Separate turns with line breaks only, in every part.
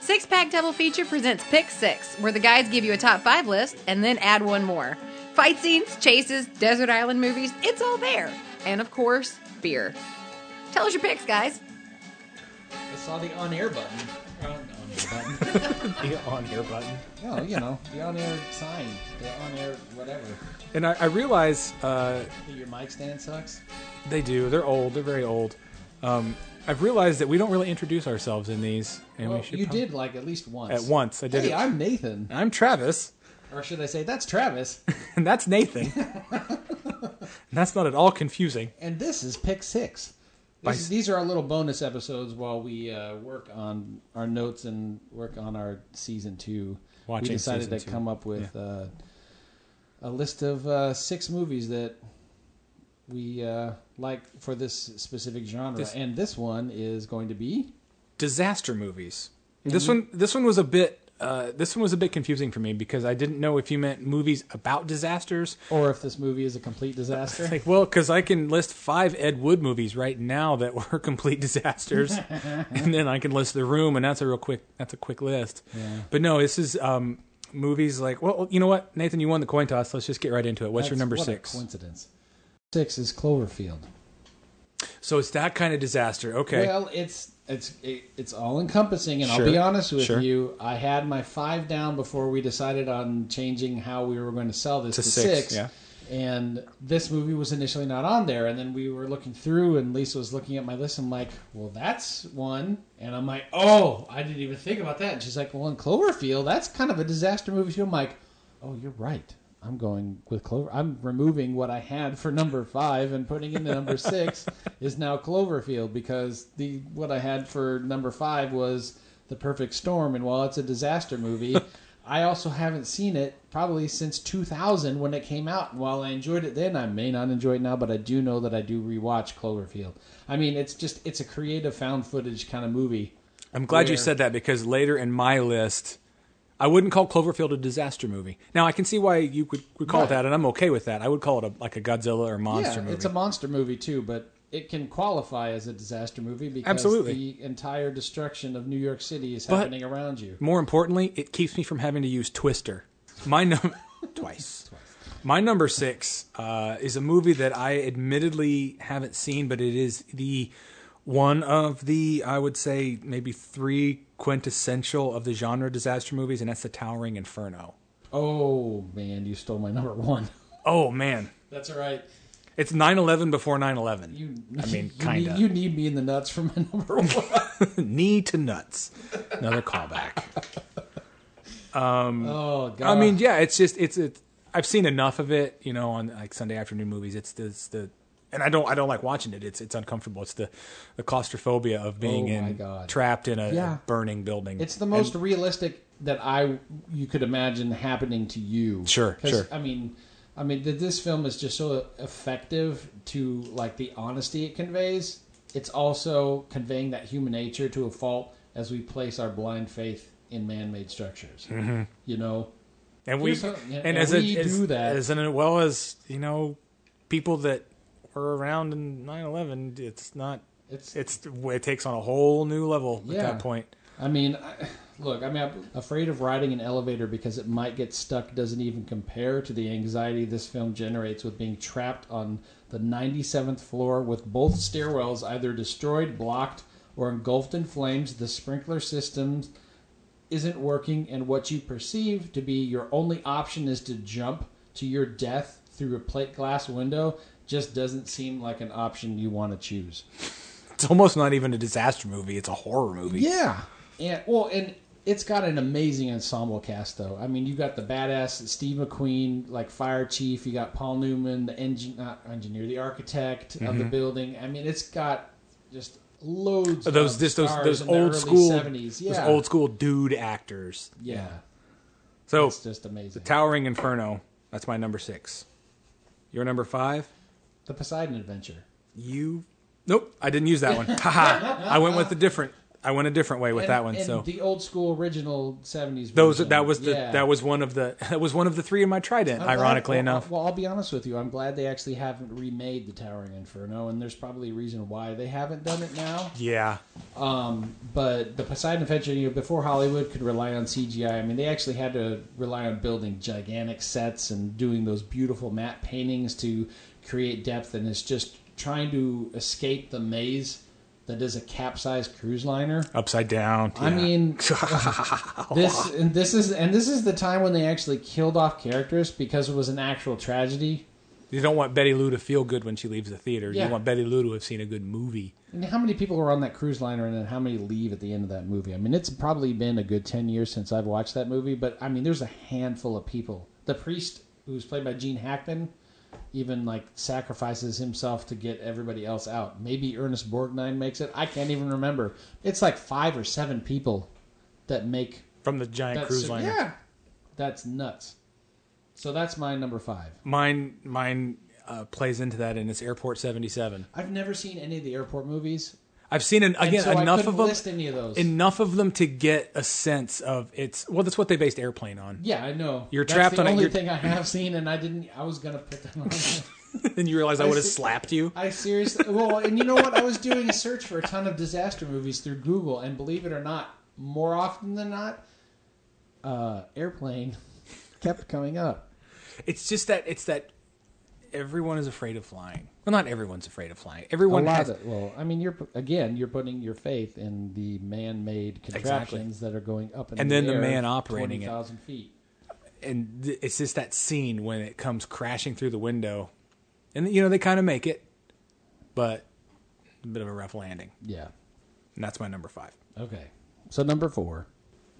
Six Pack Double Feature presents Pick Six, where the guys give you a top five list and then add one more. Fight scenes, chases, desert island movies, it's all there. And of course, beer. Tell us your picks, guys.
I saw the on-air button. Uh, on-air button.
The on here button.
oh, you know, the on-air sign, the on-air whatever.
And I, I realize uh,
Your mic stand sucks.
they do. They're old. They're very old. Um, I've realized that we don't really introduce ourselves in these, and
Well,
we should.
you
prob-
did like at least once.
at once. I did.
Hey,
it.
I'm Nathan,
I'm Travis,
or should I say that's Travis,
and that's Nathan. and that's not at all confusing.
and this is Pick Six.
By-
This, these are our little bonus episodes while we uh, work on our notes and work on our season two.
Watching
we decided
season
to
two.
come up with uh, a list of uh, six movies that we uh, like for this specific genre,
This-
and this one is going to be
disaster movies.
Mm-hmm.
This one, this one was a bit. Uh, this one was a bit confusing for me because I didn't know if you meant movies about disasters.
or if this movie is a complete disaster.
Like, well, because I can list five Ed Wood movies right now that were complete disasters, and then I can list The Room, and that's a real quick. That's a quick list. But no, this is um, movies like. Well, you know what, Nathan, you won the coin toss. Let's just get right into it. What's your
That's-
number
what a
six?
coincidence. Six is Cloverfield.
So it's that kind of disaster. Okay.
Well, it's it's it, it's all encompassing, and
Sure.
I'll be honest with
Sure.
you. I had my five down before we decided on changing how we were going to sell this
To
to,
six,
six.
yeah.
And this movie was initially not on there, and then we were looking through, and Lisa was looking at my list. and I'm like, "Well, that's one," and I'm like, "Oh, I didn't even think about that." And she's like, "Well, in Cloverfield, that's kind of a disaster movie." too." I'm like, "Oh, you're right. I'm going with Clover. I'm removing what I had for number five and putting in the number six is now Cloverfield because the what I had for number five was The Perfect Storm, and while it's a disaster movie, I also haven't seen it probably since 2000 when it came out. And while I enjoyed it then, I may not enjoy it now, but I do know that I do rewatch Cloverfield. I mean, it's just it's a creative found footage kind of movie.
I'm glad you
where-
said that because later in my list, I wouldn't call Cloverfield a disaster movie. Now I can see why you would, would call it
Right.
that, and I'm okay with that. I would call it a, like a Godzilla or monster
yeah,
movie.
It's a monster movie too, but it can qualify as a disaster movie because
Absolutely.
the entire destruction of New York City is
But-
happening around you.
More importantly, it keeps me from having to use Twister. My number twice. My number six uh, is a movie that I admittedly haven't seen, but it is the one of the I would say maybe three quintessential of the genre disaster movies, and that's The Towering Inferno.
Oh man, you stole my number one.
Oh man,
That's all right.
It's 9 11 before 9 11.
You,
I mean,
you need-
kind of.
You need me in the nuts for my number one.
Knee to nuts. Another callback.
oh god.
I mean, yeah, it's just, it's, it's, I've seen enough of it, you know, on like Sunday afternoon movies. It's the, it's the, and I don't, I don't like watching it. It's, it's uncomfortable. It's the, the claustrophobia of being
Oh, my
in,
God.
trapped in a
Yeah.
burning building.
It's the most realistic that I you could imagine happening to you.
Sure,
'Cause,
sure.
I mean, I mean th- this film is just so effective to like the honesty it conveys. It's also conveying that human nature to a fault as we place our blind faith in man-made structures.
Mm-hmm.
You know,
and we,
here's how- yeah,
and,
and
as
we
a, as,
do that.
as an- well as, you know, people that were around in 9 11, it's not,
it's
it's, it takes on a whole new level at
Yeah.
that point.
I mean, I, look, I mean, I'm afraid of riding an elevator because it might get stuck. Doesn't even compare to the anxiety this film generates with being trapped on the 97th floor with both stairwells either destroyed, blocked, or engulfed in flames. The sprinkler systems isn't working, and what you perceive to be your only option is to jump to your death through a plate glass window. Just doesn't seem like an option you want to choose.
It's almost not even a disaster movie. It's a horror movie.
Yeah. And well, and it's got an amazing ensemble cast though. I mean, you got the badass Steve McQueen, like fire chief. You got Paul Newman, the engine, not engineer, the architect of the
Mm-hmm.
building. I mean, it's got just loads.
Those
of
just those
stars
those
in the
old
early
school
70s. Yeah.
those old school Oh. dude actors.
Yeah.
So
It's just amazing. The,
Towering Inferno. That's my number six. Your number five.
Poseidon Adventure.
You. Nope, I didn't use that one. Haha. I went with a different. I went a different way with
And-
that one.
and
So
the old school original seventies.
those that was the that was one of the that was one of the three in my trident. ironically enough,
Well, I'll be honest with you. I'm glad they actually haven't remade the Towering Inferno, and there's probably a reason why they haven't done it now.
yeah,
Um, but the Poseidon Adventure, you know, before Hollywood could rely on CGI, I mean, they actually had to rely on building gigantic sets and doing those beautiful matte paintings to create depth, and it's just trying to escape the maze that is a capsized cruise liner.
upside down.
I
yeah.
mean, this and this is and this is the time when they actually killed off characters because it was an actual tragedy.
you don't want Betty Lou to feel good when she leaves the theater.
Yeah.
You want Betty Lou to have seen a good movie.
And how many people were on that cruise liner, and then how many leave at the end of that movie? I mean, it's probably been a good ten years since I've watched that movie, but I mean, there's a handful of people. The priest, who's played by Gene Hackman, even like sacrifices himself to get everybody else out. Maybe Ernest Borgnine makes it. I can't even remember. It's like five or seven people that make
From the giant
That's-
cruise liner.
Yeah, that's nuts. So that's my number five.
Mine mine uh, plays into that, and it's Airport 77.
I've never seen any of the airport movies.
I've seen an,
and
again
so I
enough
couldn't
of them.
list any of those.
Enough of them to get a sense of it's well. That's what they based Airplane on.
yeah, I know.
You're
That's
trapped
the
on it.
only
You're-
thing I have seen, and I didn't. I was gonna put that on.
then you realize I
I
would have
see.
slapped you.
I seriously. Well, and you know what? I was doing a search for a ton of disaster movies through Google, and believe it or not, more often than not, uh, airplane kept coming up.
It's just that it's that everyone is afraid of flying. Well, not everyone's afraid of flying. Everyone
a lot
has.
of it. Well, I mean, you're again, you're putting your faith in the man-made contraptions that are going up in
And
the
then the
air
man operating
twenty
it.
thousand feet.
and th- it's just that scene when it comes crashing through the window, and you know they kind of make it, but a bit of a rough landing.
Yeah.
And that's my number five.
Okay. So number four,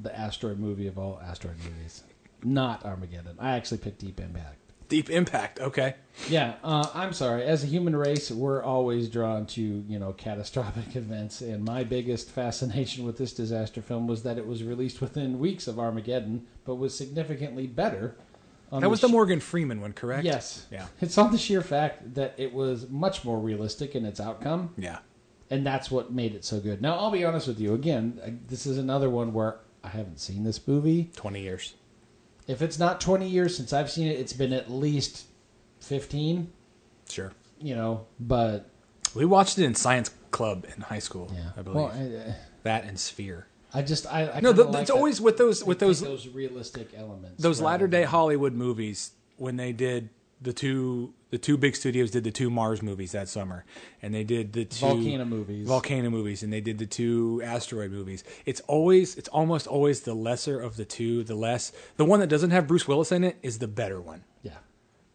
the asteroid movie of all asteroid movies, not Armageddon. I actually picked Deep Impact.
Deep Impact. Okay.
Yeah, uh, I'm sorry. As a human race, we're always drawn to you know catastrophic events, and my biggest fascination with this disaster film was that it was released within weeks of Armageddon, but was significantly better. on
That was
the
the Morgan Freeman one, correct?
Yes.
Yeah.
It's on the sheer fact that it was much more realistic in its outcome,
Yeah.
and that's what made it so good. Now, I'll be honest with you. Again, I- this is another one where I haven't seen this movie.
Twenty years.
If it's not 20 years since I've seen it, it's been at least 15,
Sure.
you know, but
We watched it in science club in high school.
yeah.
I believe
Well, I,
that and Sphere.
I just, I, I
No,
kinda
th-
like
it's
that.
always with those with
They take
those
those realistic elements.
those
rather
latter day
than-
Hollywood movies when they did the two the two big studios did the two Mars movies that summer, and they did the two
Volcano movies.
volcano movies, and they did the two asteroid movies. It's always it's almost always the lesser of the two, the less the one that doesn't have Bruce Willis in it is the better one.
Yeah.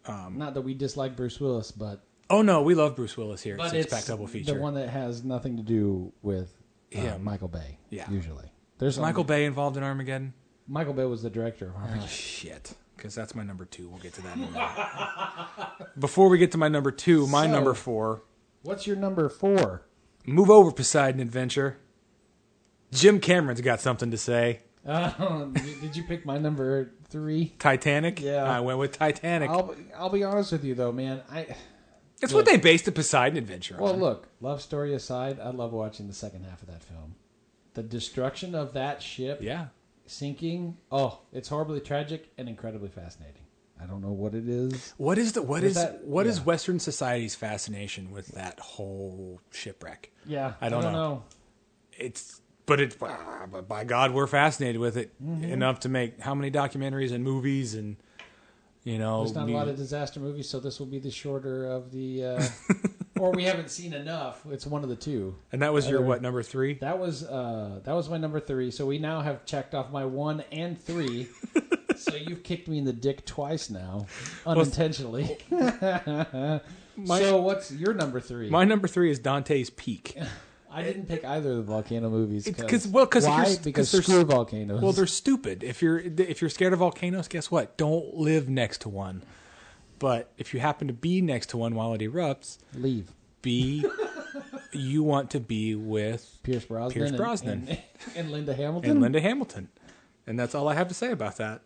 Um,
not that we dislike Bruce Willis, but
Oh no, we love Bruce Willis here.
but
Six Pack Double Feature.
The one that has nothing to do with uh,
Him.
Michael Bay.
Yeah.
Usually. There's
Is Michael Bay involved in Armageddon?
Michael Bay was the director of Armageddon.
Oh, shit. Because that's my number two. We'll get to that in a minute. Before we get to my number two, my
So-
number four,
What's your number four?
move over Poseidon Adventure. Jim Cameron's got something to say.
Uh, did you pick my number three?
Titanic?
Yeah.
I went with Titanic.
I'll I'll be honest with you though, man. I
it's what they based the Poseidon Adventure on.
well look, love story aside, I love watching the second half of that film. The destruction of that ship
yeah.
sinking. Oh, it's horribly tragic and incredibly fascinating. I don't know what it is.
What is the what
Was
is what
that-
is
yeah.
Western society's fascination with that whole shipwreck?
Yeah,
I don't know. It's but it ah, but by God we're fascinated with it
Mm-hmm.
enough to make how many documentaries and movies and you know
There's not a lot
mu-
of disaster movies, so this will be the shorter of the. Uh, or we haven't seen enough. It's one of the two.
and that was your
other-
what number three?
That was uh, that was my number three. So we now have checked off my one and three. so you've kicked me in the dick twice now, unintentionally. so what's your number three?
My number three is Dante's Peak.
I didn't pick either of the volcano movies.
It's 'cause- well, 'cause
why?
here's- 'cause
because
there's-
screw volcanoes.
Well, they're stupid. If you're if you're scared of volcanoes, guess what? Don't live next to one. But if you happen to be next to one while it erupts,
leave.
be you want to be with
Pierce Brosnan,
Pierce
and-
Brosnan.
and, and Linda Hamilton.
and Linda Hamilton, and that's all I have to say about that.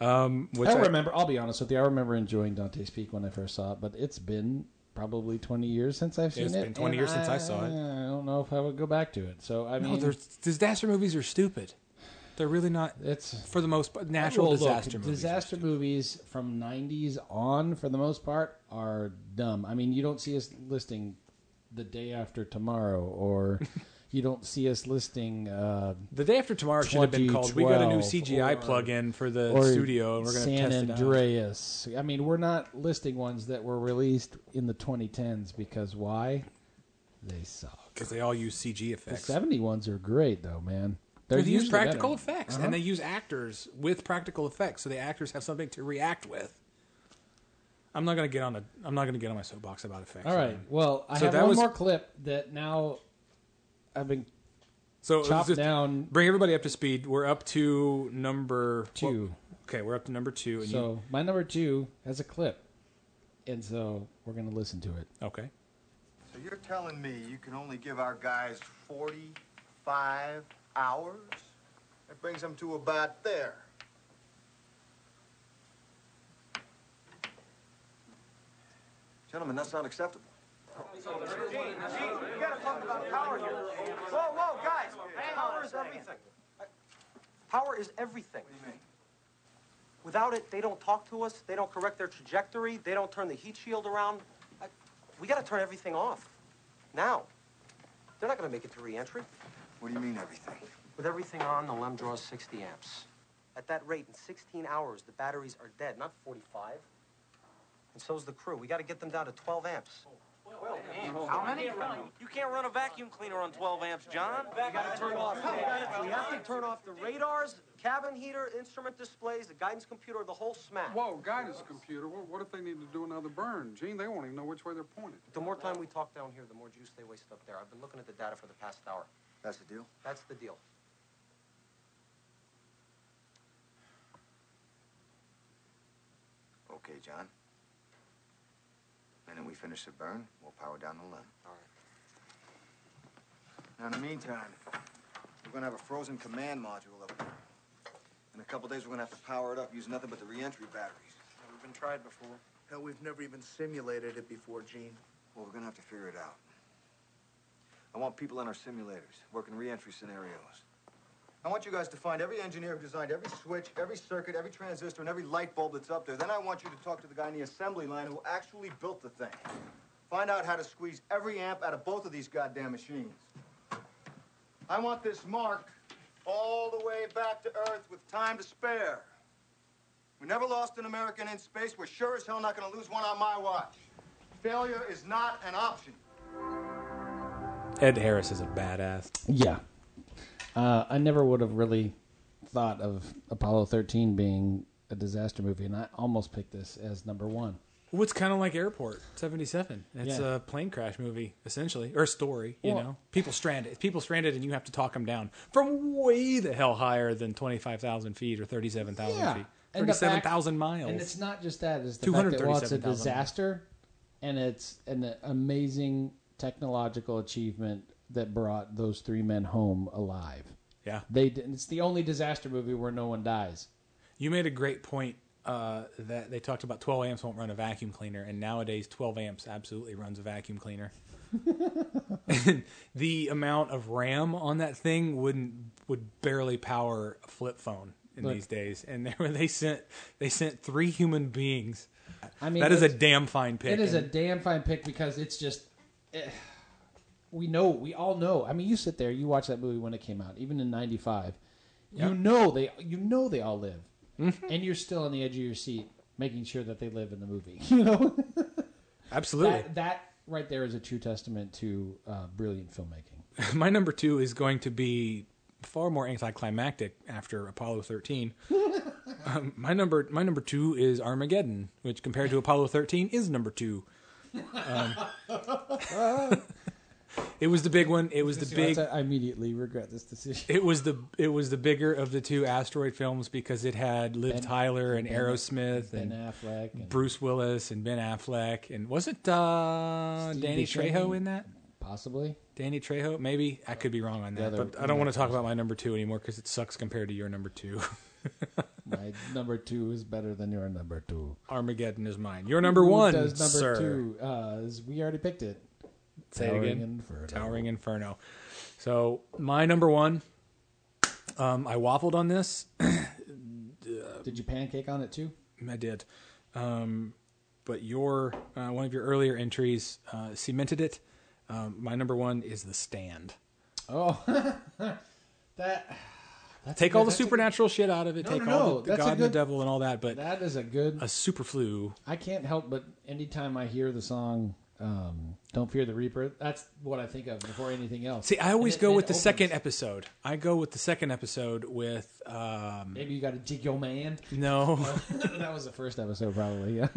Um, which
I
I-
remember. I'll be honest with you. I remember enjoying Dante's Peak when I first saw it, but it's been probably 20 years since I've seen
it's
it.
been 20
and
years
I,
since I saw it.
I don't know if I would go back to it. So I mean,
No, Oh, they're, disaster movies are stupid. They're really not,
it's
for the most part, natural
Well, look,
disaster movies.
Disaster movies from 90s on, for the most part, are dumb. I mean, you don't see us listing The Day After Tomorrow, or you don't see us listing uh,
The day after tomorrow should have been called. We got a new
2012
CGI
or-
plug-in for the
or
studio, and we're going to
San
test it out.
Andreas. I mean, we're not listing ones that were released in the 2010s because why? They suck.
because they all use CG
The
effects.
70 ones are great, though, man. They're
they use
usually better.
practical effects,
Uh-huh.
and they use actors with practical effects, so the actors have something to react with. I'm not going to get on a. I'm not going to get on my soapbox about effects.
All right.
man.
Well, I
So
have
that
one
was-
more clip that now I've been
So it was
chopped
just-
down
Bring everybody up to speed. We're up to number
two.
well, okay, we're up to number two. And
so my number two has a clip, and so we're gonna listen to it.
you, okay.
So you're telling me you can only give our guys 45 hours? That brings them to about there. Gentlemen, that's not acceptable.
We gotta talk about power here. Whoa, whoa, guys, power is everything. Power is everything. Without it, they don't talk to us, they don't correct their trajectory, they don't turn the heat shield around. I- We gotta turn everything off. Now. They're not gonna make it to reentry.
What do you mean, everything?
With everything on, the LEM draws 60 amps. At that rate, in 16 hours, the batteries are dead, not 45. And so's the crew. We gotta get them down to 12 amps. How many? You can't run a vacuum cleaner on 12 amps, John. We gotta turn off. We have to turn off the radars, cabin heater, instrument displays, the guidance computer, the whole smack.
Whoa, guidance computer. What, what if they need to do another burn? Gene, they won't even know which way they're pointed.
The more time we talk down here, the more juice they wasted up there. I've been looking at the data for the past hour.
That's the deal.
That's the deal.
Okay, John. Minute we finish the burn, we'll power down the limb.
All right.
Now, in the meantime, we're gonna have a frozen command module up there. In a couple days, we're gonna have to power it up, use nothing but the reentry batteries.
Never been tried before.
Hell, we've never even simulated it before, Gene.
Well, we're gonna have to figure it out. I want people in our simulators working reentry scenarios. I want you guys to find every engineer who designed every switch, every circuit, every transistor, and every light bulb that's up there. Then I want you to talk to the guy in the assembly line who actually built the thing. Find out how to squeeze every amp out of both of these goddamn machines. I want this marked all the way back to Earth with time to spare. We never lost an American in space. We're sure as hell not gonna lose one on my watch. Failure is not an option.
Ed Harris is a badass.
Yeah, uh, I never would have really thought of Apollo 13 being a disaster movie, and I almost picked this as number one.
Well, it's kind of like Airport '77. It's
Yeah.
a plane crash movie, essentially, or a story. You
Well-
know, people stranded, people stranded, and you have to talk them down from way the hell higher than twenty-five thousand feet or thirty-seven thousand feet,
And the fact-
thirty-seven thousand miles.
And it's not just that; it's the fact that well, it's a
237,000.
disaster, and it's an amazing technological achievement that brought those three men home alive.
yeah.
They did, it's the only disaster movie where no one dies.
You made a great point uh, that they talked about 12 amps won't run a vacuum cleaner, and nowadays 12 amps absolutely runs a vacuum cleaner. and the amount of RAM on that thing wouldn't would barely power a flip phone in
Look.
these days. And they were, they sent they sent three human beings.
I mean,
that is a
it's-
damn fine pick.
It is a
and
damn fine pick because it's just eh, we know we all know. I mean, you sit there, you watch that movie when it came out, even in '95. You
Yep. Mm-hmm.
know they you know they all live, and you're still on the edge of your seat, making sure that they live in the movie. You know
absolutely.
that that right there is a true testament to uh, brilliant filmmaking.
my number two is going to be far more anticlimactic after Apollo 13. um, my number my number two is Armageddon, which compared to Apollo 13 is number two. Um, it was the big one. It was the big.
I immediately regret this decision.
It was the it was the bigger of the two asteroid films because it had Liv Tyler and Aerosmith
Ben
and
Affleck and
Bruce Willis and Ben Affleck and wasn't uh,
Steve
Danny
Buscemi?
Trejo in that?
possibly
Danny Trejo, maybe I could be wrong on that,
other-
but I don't want to talk about my number two anymore because it sucks compared to your number two.
my My number two is better than your number two.
Armageddon is mine. Your number
Who
one,
does number
sir.
two uh, is we already picked it.
Say it
Towering
again.
Inferno.
Towering Inferno. So my number one. Um, I waffled on this.
Did you pancake on it too?
I did, um, but your uh, one of your earlier entries uh, cemented it. Um, my number one is the stand.
Oh, that
Take all the
that's a-
supernatural shit out of it.
No,
take
no,
all
no,
the, the
that's a
God and the
good-
devil and all that. But
that is a good.
a superflu.
I can't help but anytime I hear the song um, "Don't Fear the Reaper," that's what I think of before anything else.
See, I
And
always
it-
go
it
with the
opens.
second episode. I go with the second episode with um,
Maybe you got to jig your man.
no,
that was the first episode, probably. Yeah.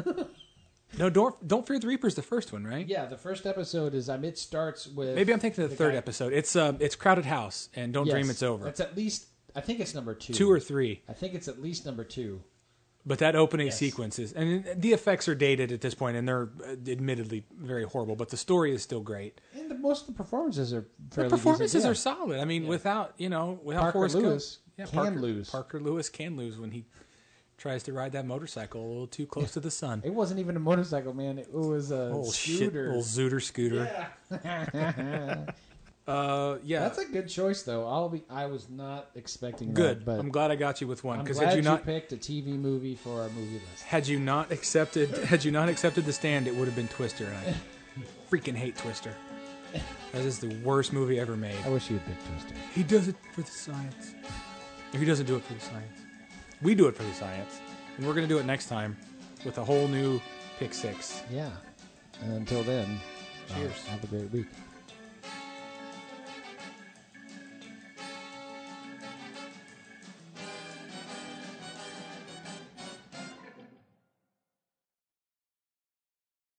no. Don't don't fear the Reaper's the first one, right?
yeah, the first episode is. Um, it starts with.
Maybe I'm thinking of the, third
guy-
episode. It's um, it's Crowded House and Don't
Yes,
Dream It's Over.
That's at least. I think it's number two.
Two or three,
I think it's at least number two.
but that opening
Yes.
sequence is, and the effects are dated at this point, and they're uh, admittedly very horrible. But the story is still great.
And the, most of the performances are.
The
Fairly
performances
decent, yeah.
are solid. I mean, without you know, without
Parker
Forrest
Lewis
Gump, yeah,
can
Parker,
lose.
Parker Lewis can lose when he tries to ride that motorcycle a little too close to the sun.
It wasn't even a motorcycle, man. It was a
Old shit,
scooter.
little zooter scooter. Uh, yeah,
That's a good choice, though. I'll be. I was not expecting
good.
that, but
I'm glad I got you with one
I'm
because
glad
had you
you
not
picked a TV movie for our movie list.
had you not accepted had you not accepted the stand, it would have been Twister, and I freaking hate Twister. That is the worst movie ever made.
I wish you had picked Twister.
He does it for the science. Or he doesn't do it for the science. We do it for the science, and we're gonna do it next time with a whole new pick six.
Yeah. And until then, uh,
Cheers.
have a great week.